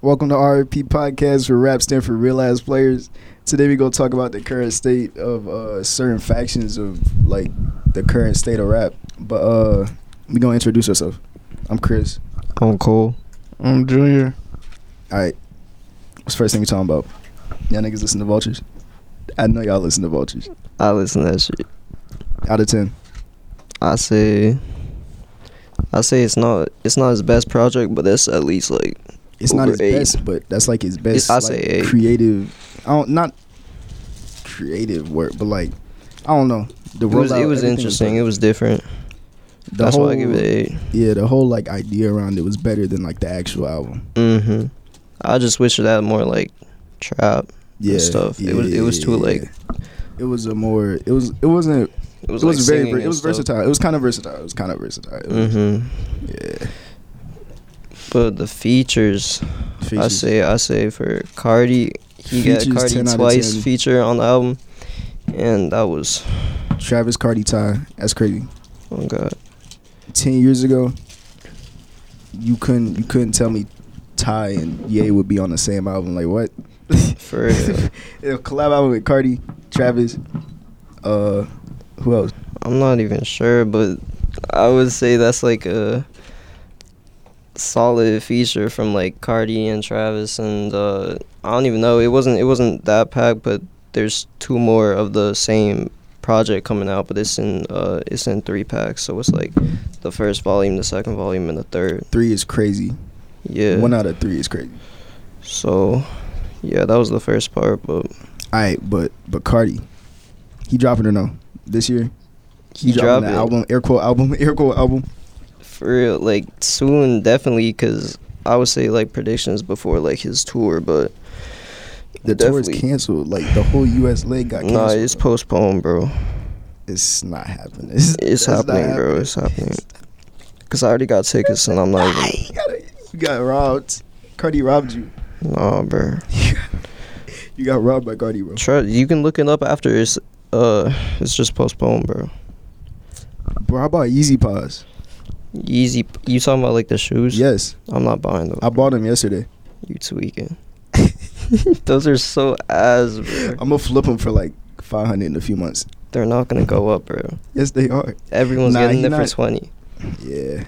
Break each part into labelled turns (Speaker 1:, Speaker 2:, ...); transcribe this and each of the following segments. Speaker 1: Welcome to RP Podcast, where rap stand for real ass players. Today we're gonna talk about the current state of uh, certain factions of like the current state of rap. But uh we gonna introduce ourselves. I'm Chris.
Speaker 2: I'm Cole.
Speaker 3: I'm Junior.
Speaker 1: All right, what's the first thing we talking about? Y'all niggas listen to Vultures. I know y'all listen to Vultures.
Speaker 2: I listen to that shit.
Speaker 1: Out of ten,
Speaker 2: I say, I say it's not it's not his best project, but that's at least like
Speaker 1: it's not
Speaker 2: Over
Speaker 1: his
Speaker 2: eight.
Speaker 1: best, but that's like his best.
Speaker 2: I'd
Speaker 1: like,
Speaker 2: say eight.
Speaker 1: creative. I don't not creative work, but like I don't know. The
Speaker 2: it was
Speaker 1: rollout,
Speaker 2: it was
Speaker 1: everything
Speaker 2: interesting. It was different.
Speaker 1: The
Speaker 2: that's why I
Speaker 1: whole-
Speaker 2: give it an
Speaker 1: Yeah, the whole like idea around it was better than like the actual album.
Speaker 2: eight. hmm I just wish it had more like trap.
Speaker 1: Yeah,
Speaker 2: stuff. It was- it was too, like-
Speaker 1: It was a more. It was. It wasn't.
Speaker 2: It
Speaker 1: It was,
Speaker 2: was, like
Speaker 1: very.
Speaker 2: singing
Speaker 1: ver- It
Speaker 2: and
Speaker 1: was
Speaker 2: stuff.
Speaker 1: versatile. It was kind of versatile. It was kind of versatile. It was-
Speaker 2: Mhm.
Speaker 1: Yeah.
Speaker 2: But the features, I
Speaker 1: Features.
Speaker 2: say I say for Cardi, he
Speaker 1: Features,
Speaker 2: got
Speaker 1: 10
Speaker 2: Cardi
Speaker 1: out of
Speaker 2: twice
Speaker 1: 10.
Speaker 2: feature on the album, and that was
Speaker 1: Travis Cardi tie. That's crazy.
Speaker 2: oh god.
Speaker 1: Ten years ago, you couldn't. You couldn't tell me Ty and Ye would be on the same album. Like what?
Speaker 2: For real.
Speaker 1: It'll collab album with Cardi, Travis. Uh, who else?
Speaker 2: I'm not even sure, but I would say that's like a solid feature from like Cardi and Travis and uh I don't even know. It wasn't it wasn't that packed, but there's two more of the same project coming out, but it's in uh it's in three packs, so it's like the first volume, the second volume and the third.
Speaker 1: Three is crazy.
Speaker 2: Yeah.
Speaker 1: One out of three is crazy.
Speaker 2: So yeah, that was the first part, but
Speaker 1: All right, but but Cardi, he dropping or no this year?
Speaker 2: he
Speaker 1: dropping
Speaker 2: dropped
Speaker 1: the
Speaker 2: it
Speaker 1: album, air quote album, air quote album.
Speaker 2: for real, like soon definitely cuz I would say like predictions before like his tour, but
Speaker 1: The tour is
Speaker 2: Definitely.
Speaker 1: canceled. Like the whole U.S. leg got canceled.
Speaker 2: Nah, it's postponed, bro.
Speaker 1: It's not happening.
Speaker 2: It's
Speaker 1: that's not
Speaker 2: happening, bro. It's happening. Cause I already got tickets and I'm not even.
Speaker 1: you, got you got robbed. Cardi robbed you.
Speaker 2: Nah, bro.
Speaker 1: You got robbed by Cardi, bro.
Speaker 2: Try. You can look it up after. It's uh, it's just postponed, bro.
Speaker 1: Bro, I bought Easy Paws.
Speaker 2: Yeezy. You talking about like the shoes?
Speaker 1: Yes,
Speaker 2: I'm not buying them.
Speaker 1: I bought them yesterday.
Speaker 2: you tweaking. Those are so ass, bro.
Speaker 1: I'm gonna flip them for like 500 in a few months.
Speaker 2: They're not gonna go up, bro.
Speaker 1: Yes, they are.
Speaker 2: Everyone's
Speaker 1: Nah,
Speaker 2: getting
Speaker 1: he
Speaker 2: them
Speaker 1: not-
Speaker 2: for twenty.
Speaker 1: Yeah,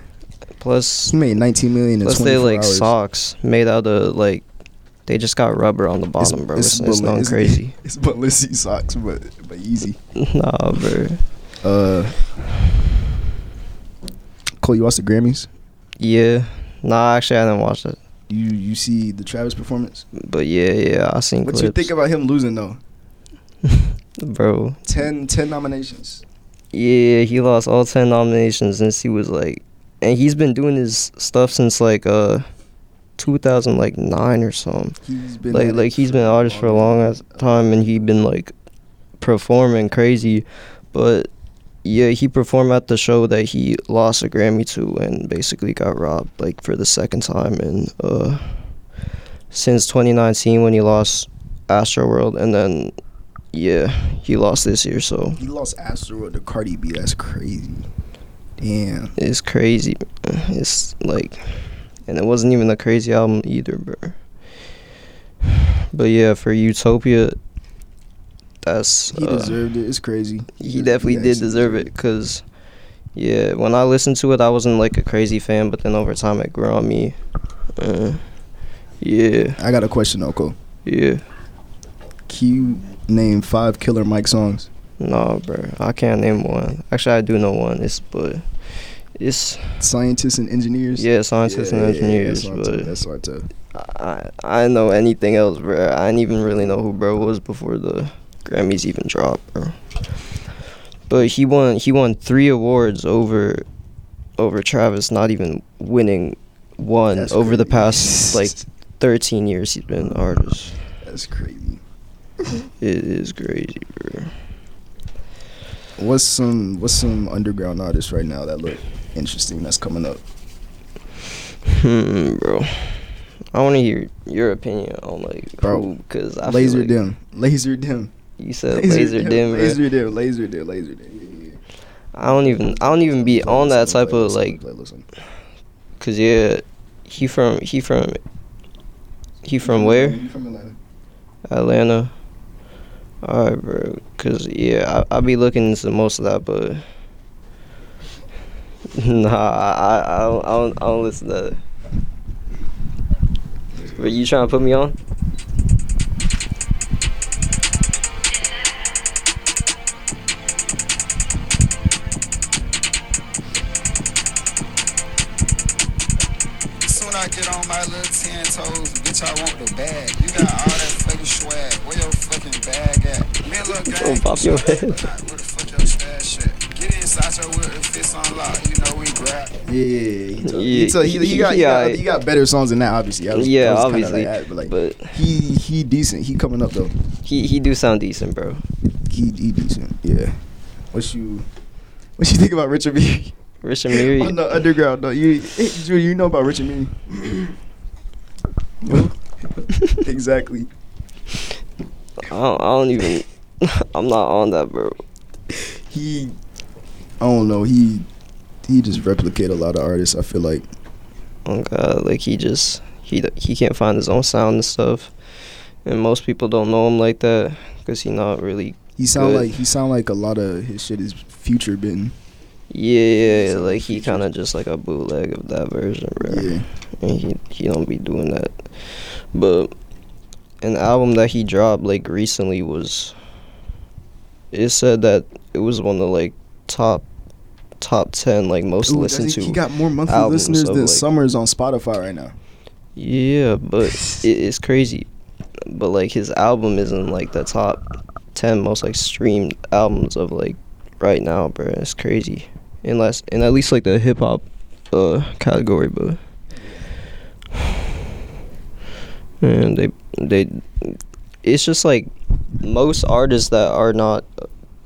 Speaker 2: Plus,
Speaker 1: it's made 19 million in
Speaker 2: plus
Speaker 1: 24
Speaker 2: they like
Speaker 1: hours.
Speaker 2: socks made out of like. They just got rubber on the bottom, bro. It's, it's,
Speaker 1: Balen-
Speaker 2: not crazy.
Speaker 1: It's Balenci socks, but but easy.
Speaker 2: nah, bro.
Speaker 1: Uh, Cole, you watched the Grammys?
Speaker 2: Yeah. Nah, actually, I didn't watch it.
Speaker 1: You you see the Travis performance?
Speaker 2: But yeah, yeah, I seen
Speaker 1: What
Speaker 2: clips.
Speaker 1: you think about him losing though?
Speaker 2: Bro.
Speaker 1: 10, 10 nominations.
Speaker 2: Yeah, he lost all 10 nominations since he was like. And he's been doing his stuff since like uh 2009 or something.
Speaker 1: He's been
Speaker 2: Like,
Speaker 1: at
Speaker 2: like
Speaker 1: it
Speaker 2: he's been an artist for a long ass time and he been like performing crazy. But yeah, he performed at the show that he lost a Grammy to and basically got robbed like for the second time in uh since 2019 when he lost Astro World and then yeah, he lost this year so
Speaker 1: He lost Astro to Cardi B. That's crazy. Damn.
Speaker 2: it's crazy. It's like and it wasn't even a crazy album either, bro. But yeah, for Utopia that's
Speaker 1: He
Speaker 2: uh,
Speaker 1: deserved it. It's crazy.
Speaker 2: he definitely did
Speaker 1: actually
Speaker 2: deserve
Speaker 1: deserved
Speaker 2: it because yeah when i listened to it i wasn't like a crazy fan but then over time it grew on me uh, yeah
Speaker 1: I got a question, though, Cole.
Speaker 2: yeah
Speaker 1: Can you name five Killer Mike songs?
Speaker 2: nah bro i can't name one actually i do know one it's but it's
Speaker 1: Scientists and engineers.
Speaker 2: yeah scientists
Speaker 1: Yeah,
Speaker 2: and
Speaker 1: yeah, yeah,
Speaker 2: engineers
Speaker 1: that's what I'm talking- That's what I tell.
Speaker 2: but I, I I know anything else bro i didn't even really know who bro was before the grammys even dropped bro but he won he won three awards over over travis not even winning one
Speaker 1: That's
Speaker 2: over the
Speaker 1: crazy.
Speaker 2: past like 13 years he's been an artist.
Speaker 1: That's crazy.
Speaker 2: It is crazy, bro.
Speaker 1: What's some what's some underground artists right now that look interesting that's coming up?
Speaker 2: Hmm, bro. I want to hear your opinion on like
Speaker 1: Bro,
Speaker 2: bro, because I
Speaker 1: Laser
Speaker 2: feel like
Speaker 1: Dim. Laser Dim.
Speaker 2: You said laser, dim. bro.
Speaker 1: Laser Dim. Laser Dim. Laser Dim.
Speaker 2: I don't even. I don't even be on that type of like. Cause yeah, he from he from He from
Speaker 1: Mm-hmm.
Speaker 2: where?
Speaker 1: You from Atlanta?
Speaker 2: Atlanta. All right, bro. Cause yeah, I I be looking into most of that, but nah, I I, I, don't, I don't I don't listen to that. But you trying to put me on?
Speaker 3: Soon I get on my little ten toes, bitch, I want the bag. You got all that fucking swag. Where your fucking bag at? Me and Lil
Speaker 2: Don't
Speaker 3: Gang.
Speaker 2: pop your head.
Speaker 3: Where the fuck your stash at? Get inside your whip and fist unlocked. You know we grab.
Speaker 1: Yeah, he, took- he,
Speaker 2: Yeah,
Speaker 1: took- he, he got, he,
Speaker 2: yeah.
Speaker 1: got, he got better songs than that, obviously. I was- I
Speaker 2: yeah,
Speaker 1: was kinda
Speaker 2: obviously.
Speaker 1: Like, that, but like,
Speaker 2: but
Speaker 1: he he decent. He coming up though.
Speaker 2: he he do sound decent, bro.
Speaker 1: He, he decent. Yeah. What you what you think about Richard Mille
Speaker 2: Rich
Speaker 1: on
Speaker 2: Amiri.
Speaker 1: the underground? though? you Drew, you know about Richard Mille? exactly.
Speaker 2: I don't, I don't even. I'm not on that, bro.
Speaker 1: He I don't know. He he just replicate a lot of artists. I feel like
Speaker 2: Oh God, like he just he d- he can't find his own sound and stuff, and most people don't know him like that because he not really.
Speaker 1: he sound
Speaker 2: Good.
Speaker 1: like he sound like a lot of his shit is future been.
Speaker 2: Yeah,
Speaker 1: Sound
Speaker 2: like he
Speaker 1: features.
Speaker 2: kind of just like a bootleg of that version, bro.
Speaker 1: Yeah.
Speaker 2: And he he don't be doing that, but an album that he dropped like recently was. It said that it was one of the like top top ten like most
Speaker 1: Ooh,
Speaker 2: listened
Speaker 1: doesn't-
Speaker 2: to.
Speaker 1: he got more monthly
Speaker 2: albums
Speaker 1: listeners
Speaker 2: of,
Speaker 1: than
Speaker 2: like-
Speaker 1: Summers on Spotify right now.
Speaker 2: Yeah, but it, it's crazy. But like his album isn't like the top ten most like streamed albums of like right now, bro. It's crazy. Unless and at least like the hip hop uh category, but and they they it's just like most artists that are not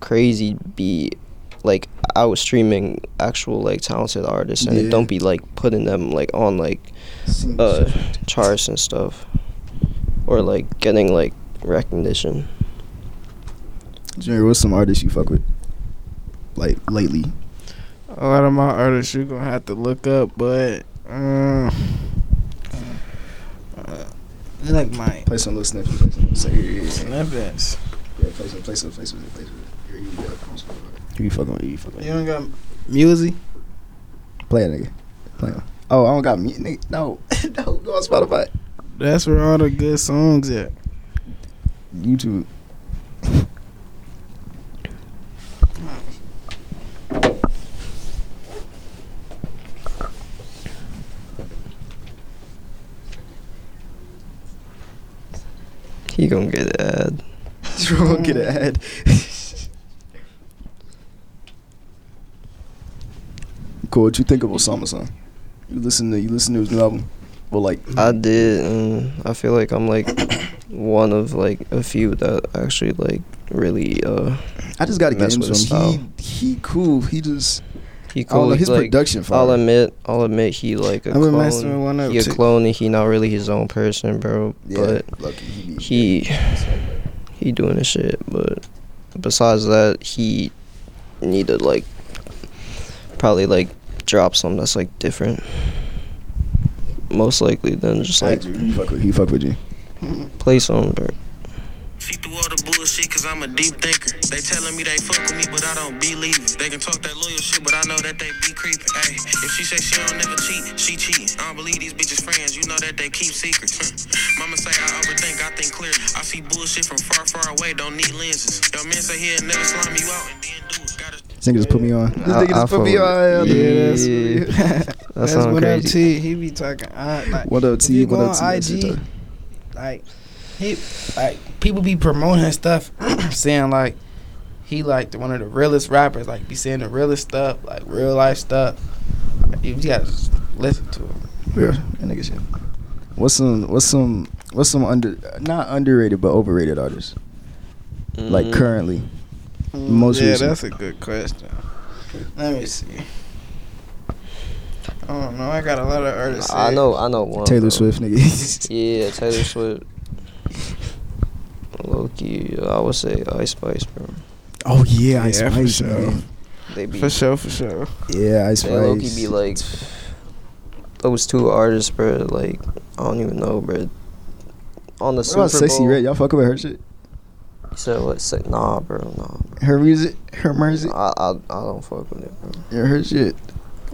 Speaker 2: crazy be like out streaming actual like talented artists and
Speaker 1: Yeah.
Speaker 2: it don't be like putting them like on like uh, charts and stuff, or like getting like recognition.
Speaker 1: Junior, what's some artists you fuck with? Like lately.
Speaker 4: A lot of my artists you're gonna have to look up, but um, uh, like my
Speaker 1: Play some little snippets. Play some, say, here, here, here.
Speaker 4: snippets.
Speaker 1: Yeah, play some, play some, play some, play some. Here, here, here, here. Who you fucking with? Who you fucking
Speaker 4: You don't got music?
Speaker 1: Play it, nigga. Play it. Oh, I don't got mute, nigga. No. no, go on Spotify.
Speaker 4: That's where all the good songs at.
Speaker 1: YouTube.
Speaker 2: He gonna get an ad.
Speaker 1: Just won't get an ad. cool, what you think of Osama son? You listen to you listen to his new album? Well like
Speaker 2: I did, and I feel like I'm like one of like a few that actually like really uh
Speaker 1: I just gotta get
Speaker 2: Mess
Speaker 1: into
Speaker 2: with his
Speaker 1: him. He he cool. He just
Speaker 2: he
Speaker 1: I don't
Speaker 2: cool.
Speaker 1: know, his
Speaker 2: like,
Speaker 1: production
Speaker 2: I'll
Speaker 1: fire.
Speaker 2: admit, I'll admit he like a
Speaker 4: I've been messing with
Speaker 2: clone.
Speaker 4: one up
Speaker 2: He a
Speaker 4: too.
Speaker 2: clone, and he not really his own person, bro.
Speaker 1: yeah,
Speaker 2: But
Speaker 1: lucky he be-
Speaker 2: he he doing his shit but besides that he need to like probably like drop something that's like different most likely than just
Speaker 1: I
Speaker 2: like
Speaker 1: agree. He fuck with he fuck with you.
Speaker 2: play something bro.
Speaker 5: Feed through all the bullshit cause I'm a deep thinker. They telling me they fuck with me, but I don't believe it. They can talk that loyal shit, but I know that they be creeping. Ayy, if she say she don't never cheat, she cheat. I don't believe these bitches friends, you know that they keep secrets. Hmm. Mama say I overthink, I think clear. I see bullshit from far, far away, don't need lenses. Your man say he'll never slime you out and then do it. Gotta
Speaker 1: This nigga just put me on. This
Speaker 2: I-
Speaker 1: nigga
Speaker 2: I
Speaker 1: just put me
Speaker 2: fuck
Speaker 1: on.
Speaker 2: with-
Speaker 1: Oh, Yeah,
Speaker 2: Yeah,
Speaker 1: that's what-
Speaker 2: yeah. that
Speaker 4: That's
Speaker 2: sound
Speaker 4: what up,
Speaker 2: crazy
Speaker 4: T. He be talking. Uh, like,
Speaker 1: What up,
Speaker 4: if
Speaker 1: T?
Speaker 4: you
Speaker 1: What
Speaker 4: go
Speaker 1: up,
Speaker 4: on
Speaker 1: T? That's your
Speaker 4: IG,
Speaker 1: type.
Speaker 4: like he, like people be promoting his stuff, saying like he like the, one of the realest rappers. Like be saying the realest stuff, like real life stuff. Like, you gotta just listen to him.
Speaker 1: Yeah, that nigga shit. What's some what's some what's some under not underrated but overrated artists like Mm-hmm.
Speaker 2: Mm,
Speaker 1: currently? Most
Speaker 4: yeah,
Speaker 1: recent.
Speaker 4: that's a good question. Let me see. I don't know. I got a lot of artists.
Speaker 2: i
Speaker 4: here.
Speaker 2: know i know one
Speaker 1: Taylor
Speaker 2: bro.
Speaker 1: Swift, nigga.
Speaker 2: yeah taylor swift loki i would say ice spice bro
Speaker 1: oh yeah, Ice
Speaker 4: Yeah, for
Speaker 1: Spice.
Speaker 4: sure.
Speaker 1: man.
Speaker 2: they be
Speaker 4: For sure, for sure.
Speaker 1: Yeah, Ice
Speaker 2: They low key
Speaker 1: Spice.
Speaker 2: be like those two artists, bro. Like I don't even know, bro. on
Speaker 1: What
Speaker 2: the
Speaker 1: about
Speaker 2: Super
Speaker 1: Sexy
Speaker 2: Bowl.
Speaker 1: Red? Y'all fucking with her shit?
Speaker 2: So what? Say, nah, bro, nah.
Speaker 1: Her music, her music,
Speaker 2: I, I, I don't fuck with it, bro.
Speaker 1: yeah, her shit.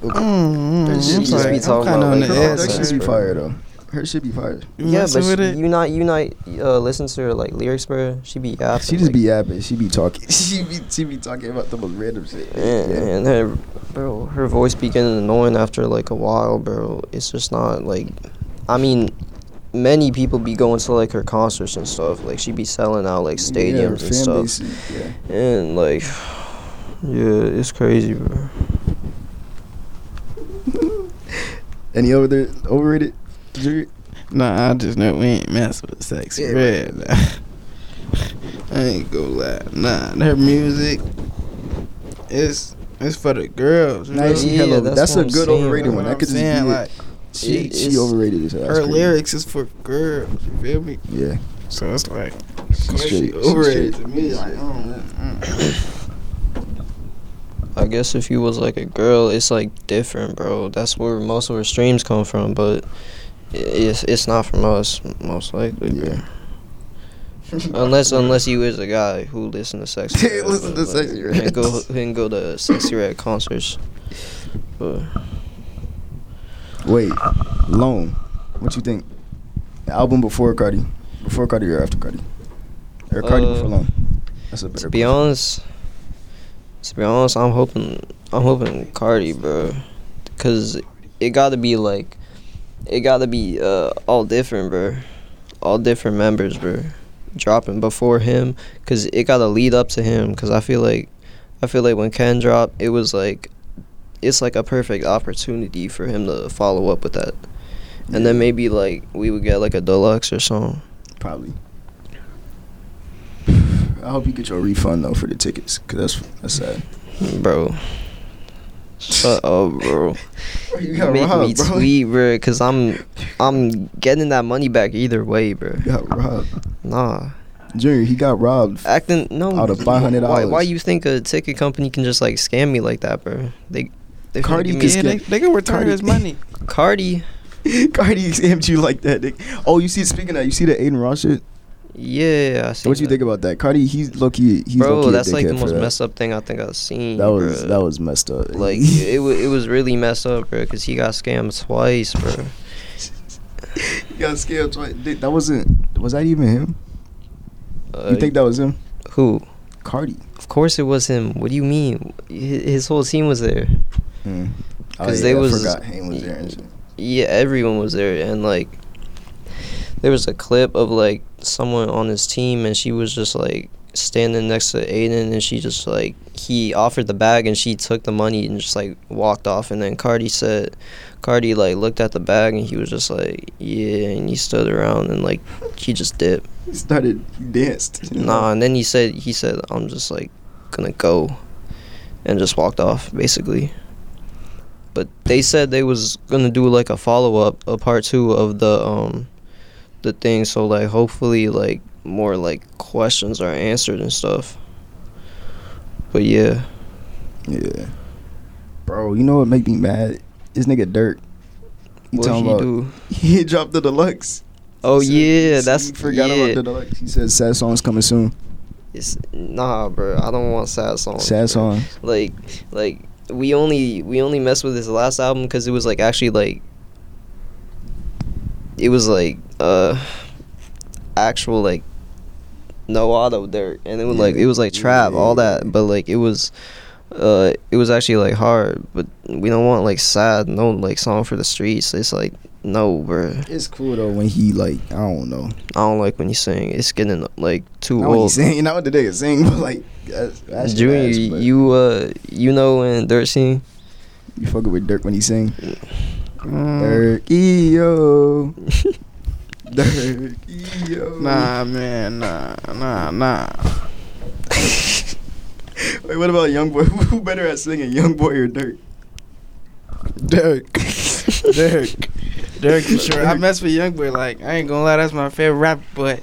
Speaker 4: Mm,
Speaker 1: Her
Speaker 4: I'm
Speaker 1: shit
Speaker 4: sorry.
Speaker 1: be
Speaker 4: I'm
Speaker 2: talking
Speaker 4: kinda
Speaker 2: about,
Speaker 4: on
Speaker 2: like,
Speaker 4: the
Speaker 2: Yeah,
Speaker 1: Her
Speaker 4: edge.
Speaker 2: that's
Speaker 1: production should be
Speaker 2: right.
Speaker 1: fire though. Her shit be fire.
Speaker 4: You
Speaker 2: yeah,
Speaker 4: messing
Speaker 2: but
Speaker 4: with
Speaker 2: she,
Speaker 4: it?
Speaker 2: you not you not uh, listen to her like lyrics, bro. She be yapping.
Speaker 1: She just
Speaker 2: like,
Speaker 1: be yapping. She be talking. She be she be talking about the most random shit.
Speaker 2: and, and her, bro, her voice be getting annoying after like a while, bro. It's just not like, I mean, many people be going to like her concerts and stuff. Like she be selling out like
Speaker 1: Yeah, her
Speaker 2: stadiums
Speaker 1: fan
Speaker 2: and stuff,
Speaker 1: base is- yeah.
Speaker 2: and like, yeah, it's crazy, bro.
Speaker 1: Any other overrated? dessert?
Speaker 4: Nah, I just know we ain't mess with sexy
Speaker 1: Yeah,
Speaker 4: red. I ain't go lie. Nah, her music it's it's for the girls. You
Speaker 1: Nah,
Speaker 4: know?
Speaker 1: she
Speaker 2: Yeah,
Speaker 1: hella-
Speaker 2: that's
Speaker 1: that's,
Speaker 2: what
Speaker 1: a
Speaker 2: I'm
Speaker 1: good
Speaker 2: saying,
Speaker 1: overrated
Speaker 2: bro.
Speaker 1: one.
Speaker 4: You
Speaker 1: That
Speaker 4: know what I'm
Speaker 1: could just be
Speaker 4: saying?
Speaker 1: it.
Speaker 4: Like
Speaker 1: she
Speaker 2: it-
Speaker 1: she
Speaker 2: it's-
Speaker 1: overrated as hell. That's
Speaker 4: her
Speaker 1: crazy.
Speaker 4: lyrics is for girls. You feel me?
Speaker 1: Yeah,
Speaker 4: So it's like
Speaker 1: she's
Speaker 4: she
Speaker 1: straight. She's
Speaker 4: overrated
Speaker 1: straight.
Speaker 4: to me. Like, I don't know. Mm.
Speaker 2: I guess if you was like a girl, it's like different, bro. That's where most of her streams come from, but i- it's it's not from us, most likely. bro.
Speaker 1: Yeah.
Speaker 2: unless unless you is a guy who listen to sexy.
Speaker 1: He listen
Speaker 2: but,
Speaker 1: to
Speaker 2: like,
Speaker 1: Sexy
Speaker 2: And go
Speaker 1: Reds.
Speaker 2: and go to sexy red concerts. But
Speaker 1: Wait, Lone. What you think? The album before Cardi, before Cardi or after Cardi? Or Cardi
Speaker 2: Uh,
Speaker 1: before Lone. That's a
Speaker 2: to
Speaker 1: better.
Speaker 2: be
Speaker 1: question.
Speaker 2: honest, to be honest, I'm hoping I'm hoping Cardi, bro, because it got to be like it got to be uh, all different, bro, all different members, bro, dropping before him, cause it got to lead up to him, cause I feel like I feel like when Ken dropped, it was like it's like a perfect opportunity for him to follow up with that. And then maybe like we would get like a deluxe or something.
Speaker 1: Probably. I hope you get your refund though for the tickets, cause that's that's sad.
Speaker 2: Bro. Shut up, bro.
Speaker 1: You
Speaker 2: You
Speaker 1: got
Speaker 2: make me
Speaker 1: robbed, bro.
Speaker 2: tweet, bro, cause I'm I'm getting that money back either way, bro.
Speaker 1: You got robbed,
Speaker 2: Nah,
Speaker 1: Junior. He got robbed.
Speaker 2: acting no.
Speaker 1: Out of $500.
Speaker 2: Why, why you think a ticket company can just like scam me like that, bro? They they finna
Speaker 1: Cardi
Speaker 2: give me-
Speaker 1: Just
Speaker 4: Yeah,
Speaker 1: get-
Speaker 4: they, they can return
Speaker 1: Cardi-
Speaker 4: his money.
Speaker 2: Cardi.
Speaker 1: Cardi scammed you like that. Nick. Oh, you see, speaking of, that, you see the Aiden Ross shit.
Speaker 2: Yeah, I see.
Speaker 1: What you think about that? Cardi, he's lucky. He's
Speaker 2: bro?
Speaker 1: low-key a
Speaker 2: That's like the
Speaker 1: dickhead for
Speaker 2: most
Speaker 1: that.
Speaker 2: messed up thing I think I've seen.
Speaker 1: That was
Speaker 2: bro.
Speaker 1: that was messed up.
Speaker 2: like it. wa it was really messed up, bro, cause he got scammed twice, bro.
Speaker 1: He got scammed twice. Dude, That wasn't. Was that even him?
Speaker 2: Uh,
Speaker 1: you think that was him?
Speaker 2: who?
Speaker 1: Cardi.
Speaker 2: Of course it was him. What do you mean? Hi- His whole team was there.
Speaker 1: Because
Speaker 2: 'Cause they was-
Speaker 1: Oh, forgot Hayne was there and shit.
Speaker 2: Yeah, everyone was there, and like, there was a clip of like someone on his team, and she was just like standing next to Aiden, and she just like he offered the bag, and she took the money and just like walked off, and then Cardi said, Cardi like looked at the bag, and he was just like, yeah, and he stood around, and like he just dipped.
Speaker 1: He started he danced. you know?
Speaker 2: Nah, and then he said he said I'm just like gonna go, and just walked off basically. But they said they was gonna do like a follow up, a part two of the um, the thing. So like hopefully like more like questions are answered and stuff. But yeah,
Speaker 1: Yeah. Bro, you know what make me mad? This nigga Dirk. He
Speaker 2: what
Speaker 1: talking
Speaker 2: he
Speaker 1: about
Speaker 2: do?
Speaker 1: he dropped the deluxe.
Speaker 2: Oh
Speaker 1: He said- he
Speaker 2: yeah,
Speaker 1: said
Speaker 2: that's
Speaker 1: he forgot
Speaker 2: yeah.
Speaker 1: about the deluxe. He said sad songs coming soon.
Speaker 2: It's, nah, bro, I don't want sad songs.
Speaker 1: Sad
Speaker 2: bro.
Speaker 1: songs.
Speaker 2: like like we only we only messed with his last album because it was like actually like it was like uh actual like no auto dirt and it was like it was like trap all that but like it was uh it was actually like hard but we don't want like sad no like song for the streets it's like no bro i
Speaker 1: It's cool though when he like I don't know.
Speaker 2: don't like when you sing it's getting like too
Speaker 1: Not when he
Speaker 2: old
Speaker 1: sing, not when the nigga sing, but like that's, that's
Speaker 2: junior
Speaker 1: ass, but
Speaker 2: you uh you know when dirt scene
Speaker 1: you fucking with Dirk when he sing.
Speaker 4: Mm,
Speaker 1: Dirk yo. Dirk yo.
Speaker 4: nah, man, nah, nah, nah.
Speaker 1: Wait, what about Young Boy? Who better at singing, Young Boy or Dirk?
Speaker 4: Dirk. Dirk. Dirk for sure. I mess with Youngboy. Like I ain't gonna lie, that's my favorite rapper. But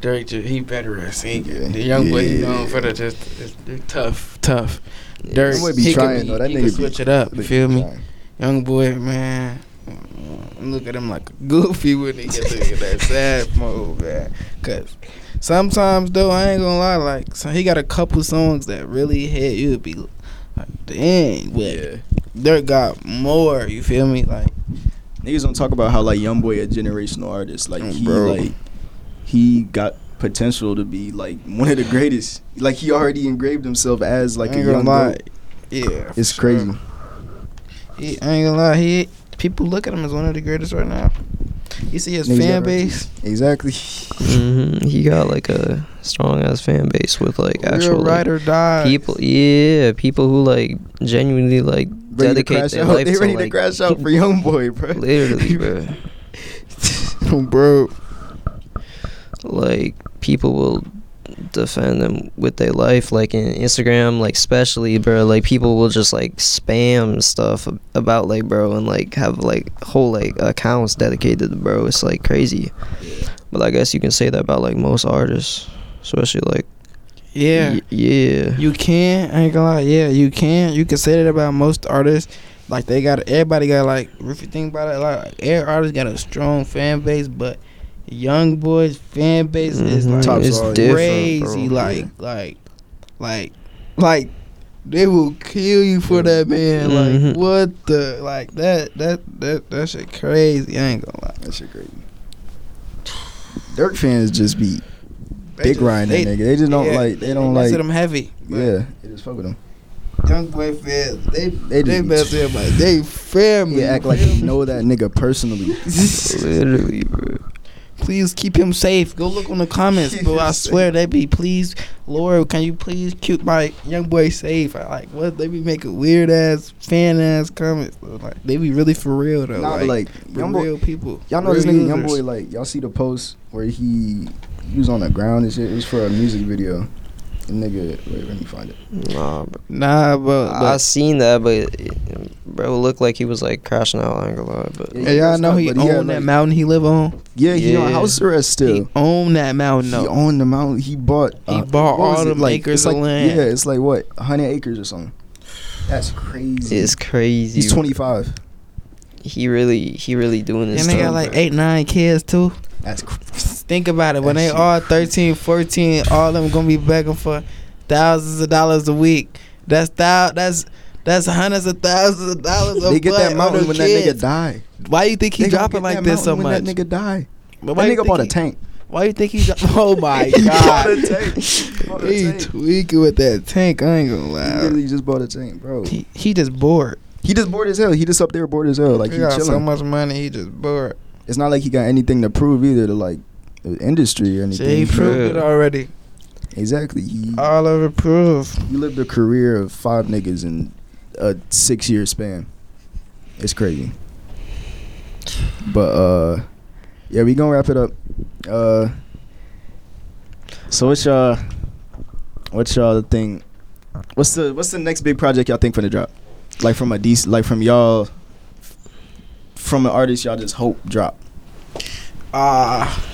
Speaker 4: Dirk, ju- he better at singing.
Speaker 1: Yeah.
Speaker 4: The Youngboy, he
Speaker 1: Yeah.
Speaker 4: known for the just it's- they're tough, tough. Dirk,
Speaker 1: Young boy be
Speaker 4: he could
Speaker 1: trying, though. That
Speaker 4: he
Speaker 1: nigga
Speaker 4: could
Speaker 1: be-
Speaker 4: switch it up. You feel me? Youngboy, man. Look at him like a goofy when he gets in that sad mode, man. Cause sometimes though, I ain't gonna lie, like so he got a couple songs that really hit. You would be like, dang, but Dirk got more. You feel me? Like
Speaker 1: Niggas don't talk about how like YoungBoy a generational artist. Like
Speaker 4: Mm,
Speaker 1: he
Speaker 4: bro.
Speaker 1: like he got potential to be like one of the greatest. Like he already engraved himself as like
Speaker 4: I
Speaker 1: a
Speaker 4: ain't gonna
Speaker 1: young
Speaker 4: lie.
Speaker 1: boy.
Speaker 4: Yeah,
Speaker 1: It's
Speaker 4: for sure.
Speaker 1: crazy.
Speaker 4: He, I ain't gonna lie, he people look at him as one of the greatest right now. You see his
Speaker 1: Niggas got
Speaker 4: fan
Speaker 1: records.
Speaker 4: base.
Speaker 1: Exactly.
Speaker 2: hmm He got like a strong ass fan base with like actual
Speaker 4: Real
Speaker 2: like,
Speaker 4: ride or die.
Speaker 2: people. Yeah, people who like genuinely like
Speaker 1: Ready to
Speaker 2: dedicate
Speaker 1: crash
Speaker 2: their
Speaker 1: out.
Speaker 2: life
Speaker 1: They
Speaker 2: to
Speaker 1: ready to
Speaker 2: like
Speaker 1: crash out for YoungBoy, bro.
Speaker 2: literally, bro.
Speaker 4: bro.
Speaker 2: like people will defend them with their life like in instagram like especially bro like people will just like spam stuff ab- about like bro and like have like whole like accounts dedicated to bro it's like crazy but i guess you can say that about like most artists especially like
Speaker 4: Yeah.
Speaker 2: y- yeah
Speaker 4: You can, I ain't gonna lie, yeah, you can. You can say that about most artists. Like they got everybody got like if you think about it, like every artist got a strong fan base, but young boys fan base is
Speaker 2: Mhm.
Speaker 1: Mm-hmm.
Speaker 4: like
Speaker 1: Tops
Speaker 2: it's
Speaker 1: all,
Speaker 2: different
Speaker 4: crazy.
Speaker 2: bro.
Speaker 4: Like like like like they will kill you for that man.
Speaker 2: Mhm.
Speaker 4: Like
Speaker 1: Mm-hmm.
Speaker 4: what the like that that that that shit crazy. I ain't gonna lie.
Speaker 1: That shit crazy. Dirk fans just be
Speaker 4: They
Speaker 1: big
Speaker 4: just-
Speaker 1: riding that nigga. They just don't
Speaker 4: yeah,
Speaker 1: like. They don't
Speaker 4: mess
Speaker 1: like.
Speaker 4: with them heavy. but-
Speaker 1: Yeah, they just fuck with him.
Speaker 4: Young boy fans,
Speaker 1: They
Speaker 4: they they, they
Speaker 1: do.
Speaker 4: mess with him like they family.
Speaker 1: He act like he know that nigga personally.
Speaker 2: literally bro
Speaker 4: please keep him safe. Go look on the comments, bro. I swear they be please, Lord, can you please keep my young boy safe? I, like what they be making weird ass fan ass comments. Though. Like they be really for real though.
Speaker 1: Nah,
Speaker 4: like,
Speaker 1: but like
Speaker 4: for
Speaker 1: Youngboy-
Speaker 4: real people.
Speaker 1: Y'all know
Speaker 4: real
Speaker 1: this nigga
Speaker 4: users.
Speaker 1: YoungBoy like y'all see the post where he he was on the ground and shit. It was for a music video. The nigga, wait, let me find it.
Speaker 2: nah bro.
Speaker 4: Nah, but,
Speaker 2: i seen that but it- bro it looked like he was like crashing out i ain't gonna lie but
Speaker 1: Yeah,
Speaker 4: but hey, y'all know he
Speaker 1: But
Speaker 4: owned
Speaker 1: he had,
Speaker 4: that
Speaker 1: like-
Speaker 4: mountain he live on.
Speaker 1: Yeah, he on
Speaker 2: Yeah.
Speaker 1: house arrest
Speaker 4: He
Speaker 1: still.
Speaker 4: owned that
Speaker 1: He
Speaker 4: mountain. No,
Speaker 1: on the mountain. He bought.
Speaker 4: He
Speaker 1: uh,
Speaker 4: bought
Speaker 1: what was
Speaker 4: all
Speaker 1: it,
Speaker 4: them acres
Speaker 1: it's
Speaker 4: of
Speaker 1: like-
Speaker 4: land.
Speaker 1: Yeah, it's like what hundred acres or something. That's crazy.
Speaker 2: it's crazy
Speaker 1: He's
Speaker 2: bro.
Speaker 1: twenty five.
Speaker 2: he really he really doing this
Speaker 4: and they got
Speaker 2: stuff,
Speaker 4: like
Speaker 2: bro.
Speaker 4: eight, nine kids too.
Speaker 1: That's cr-
Speaker 4: Think about it. When
Speaker 1: That
Speaker 4: they
Speaker 1: shit
Speaker 4: all 13, 14, all of them gonna be begging for thousands of dollars a week. That's thou. That's that's hundreds of thousands of dollars.
Speaker 1: they get that mountain when that nigga
Speaker 4: dies.
Speaker 1: die.
Speaker 4: Why you think he
Speaker 1: They gonna
Speaker 4: dropping
Speaker 1: get
Speaker 4: like
Speaker 1: that
Speaker 4: this so
Speaker 1: mountain When
Speaker 4: much?
Speaker 1: that nigga die.
Speaker 4: But
Speaker 1: That
Speaker 4: why you
Speaker 1: nigga
Speaker 4: think
Speaker 1: bought a
Speaker 4: he-
Speaker 1: tank.
Speaker 4: Why you think he? dro- Oh my
Speaker 1: He bought a
Speaker 4: god.
Speaker 1: tank. He bought a
Speaker 4: He
Speaker 1: tank.
Speaker 4: tweaking with that tank. I ain't gonna
Speaker 1: He
Speaker 4: lie.
Speaker 1: literally just bought a tank, bro.
Speaker 4: He, he just bored.
Speaker 1: He just bored as hell. He just up there bored as hell. Like
Speaker 4: he
Speaker 1: he
Speaker 4: got
Speaker 1: chilling.
Speaker 4: so much money. He just bored.
Speaker 1: it's not like he got anything to prove either to like the industry or anything.
Speaker 4: See, he proved it
Speaker 2: Yeah.
Speaker 4: already.
Speaker 1: exactly. He,
Speaker 4: All over proof.
Speaker 1: he lived a career of five niggas in a six year span. It's crazy. But uh yeah, we gonna wrap it up. Uh so what's y'all what's y'all thing what's the what's the next big project y'all think for the drop? Like from a dec- like from y'all from an artist y'all just hope drop.
Speaker 4: Ah.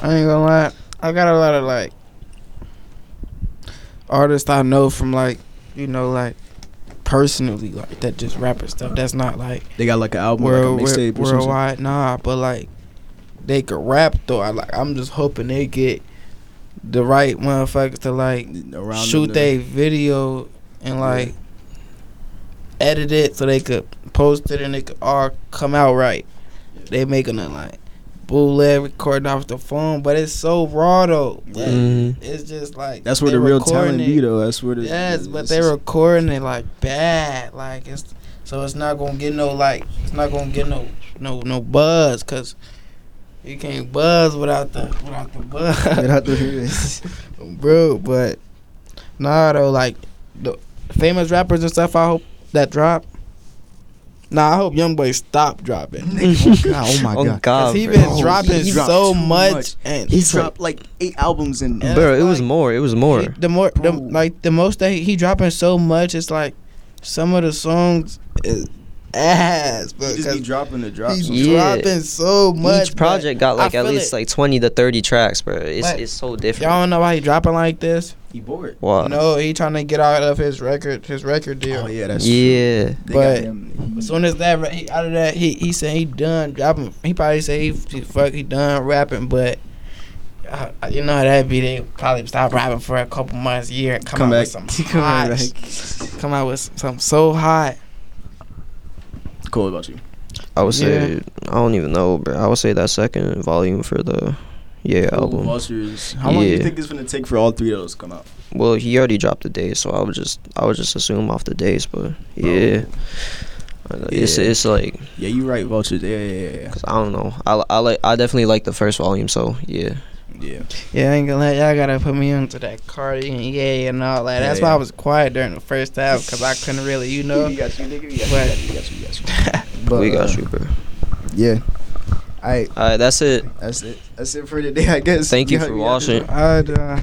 Speaker 4: I ain't gonna lie. I got a lot of like artists I know from like, you know, like personally, like that just rapper stuff. That's not like
Speaker 1: They got like an album,
Speaker 4: world,
Speaker 1: Oh, like a mixtape or something.
Speaker 4: worldwide. Nah, but like they could rap though. I like I'm just hoping they get the right motherfuckers to like
Speaker 1: around
Speaker 4: shoot
Speaker 1: them.
Speaker 4: they video and like edit it so they could post it and it could all come out right. They making it like bootleg recording off the phone, but it's so raw though. Like,
Speaker 2: Mhm.
Speaker 4: It's just like
Speaker 1: Mm. That's where
Speaker 4: they
Speaker 1: the real
Speaker 4: recording
Speaker 1: talent
Speaker 4: it.
Speaker 1: be, though. That's where the
Speaker 4: Yes, but
Speaker 1: it's
Speaker 4: they
Speaker 1: just-
Speaker 4: recording it like bad, like it's so it's not gonna get no like it's not gonna get no no no buzz because you can't buzz without the without the buzz
Speaker 1: Without the-
Speaker 4: bro. But nah, though, like the famous rappers and stuff. I hope that drop. Nah, I hope YoungBoy stop dropping.
Speaker 1: Nigga, oh God, oh my
Speaker 2: oh
Speaker 1: god.
Speaker 2: god,
Speaker 4: 'Cause he
Speaker 2: bro.
Speaker 4: been
Speaker 1: Bro,
Speaker 4: dropping
Speaker 1: he dropped
Speaker 4: so
Speaker 1: too
Speaker 4: much,
Speaker 1: much.
Speaker 4: and
Speaker 1: He
Speaker 2: It's like-
Speaker 1: dropped like eight albums in
Speaker 4: Yeah.
Speaker 2: bro it was
Speaker 4: like-
Speaker 2: more it was more
Speaker 4: He- the more, the,
Speaker 1: Bro.
Speaker 4: like the most that he, he dropping so much, it's like some of the songs is ass, bro.
Speaker 1: He just be
Speaker 4: 'cause
Speaker 1: dropping the drops.
Speaker 4: He's
Speaker 1: on-
Speaker 2: Yeah.
Speaker 4: dropping so much.
Speaker 2: Each
Speaker 4: bro.
Speaker 2: project got like
Speaker 4: I
Speaker 2: at
Speaker 4: feel
Speaker 2: least
Speaker 4: it.
Speaker 2: like twenty to thirty tracks, bro. It's
Speaker 4: Like,
Speaker 2: it's so different.
Speaker 4: Y'all don't know why he dropping like this.
Speaker 1: He bored.
Speaker 2: Wow.
Speaker 4: no, he trying to get out of his record, his record deal.
Speaker 1: Oh yeah, that's
Speaker 2: yeah.
Speaker 1: True. They
Speaker 4: But-
Speaker 1: got him-
Speaker 4: As soon as that ra- he, out of that, he he said he done dropping. He probably said he, he fuck he done rapping, but uh, you know how that be. They probably stop rapping for a couple months, year, and come,
Speaker 1: Come
Speaker 4: out
Speaker 1: back.
Speaker 4: with some
Speaker 1: Come
Speaker 4: hot,
Speaker 1: back.
Speaker 4: come out with something so hot.
Speaker 1: Cool about you.
Speaker 2: I would say I don't even know, bro. I would say that second volume for the yeah
Speaker 1: Cool
Speaker 2: album.
Speaker 1: Busters. How long do you
Speaker 2: Yeah.
Speaker 1: think it's gonna take for all three of those to come out?
Speaker 2: Well, he already dropped the days, so I would just I would just assume off the days, but yeah. I know, It's
Speaker 1: Yeah.
Speaker 2: it's like
Speaker 1: Yeah, you right, Vultures. Yeah, yeah, yeah,
Speaker 2: 'cause I don't know. I I like I definitely like the first volume, so yeah.
Speaker 1: yeah. yeah.
Speaker 4: Yeah, I ain't gonna lie. Y'all gotta put me onto that Cardi and Yay and all that. That's why I
Speaker 1: Yeah.
Speaker 4: was quiet during the first half because I couldn't really, you know.
Speaker 1: got you, nigga. We
Speaker 4: But-
Speaker 1: you, got you, we got you.
Speaker 2: But,
Speaker 1: But,
Speaker 2: we got
Speaker 1: uh,
Speaker 2: you, bro.
Speaker 1: Yeah. All right,
Speaker 2: All right, that's it.
Speaker 1: that's it. That's it for today, I guess.
Speaker 2: Thank you
Speaker 1: Yeah,
Speaker 2: for
Speaker 1: yeah.
Speaker 2: watching.
Speaker 4: I, uh,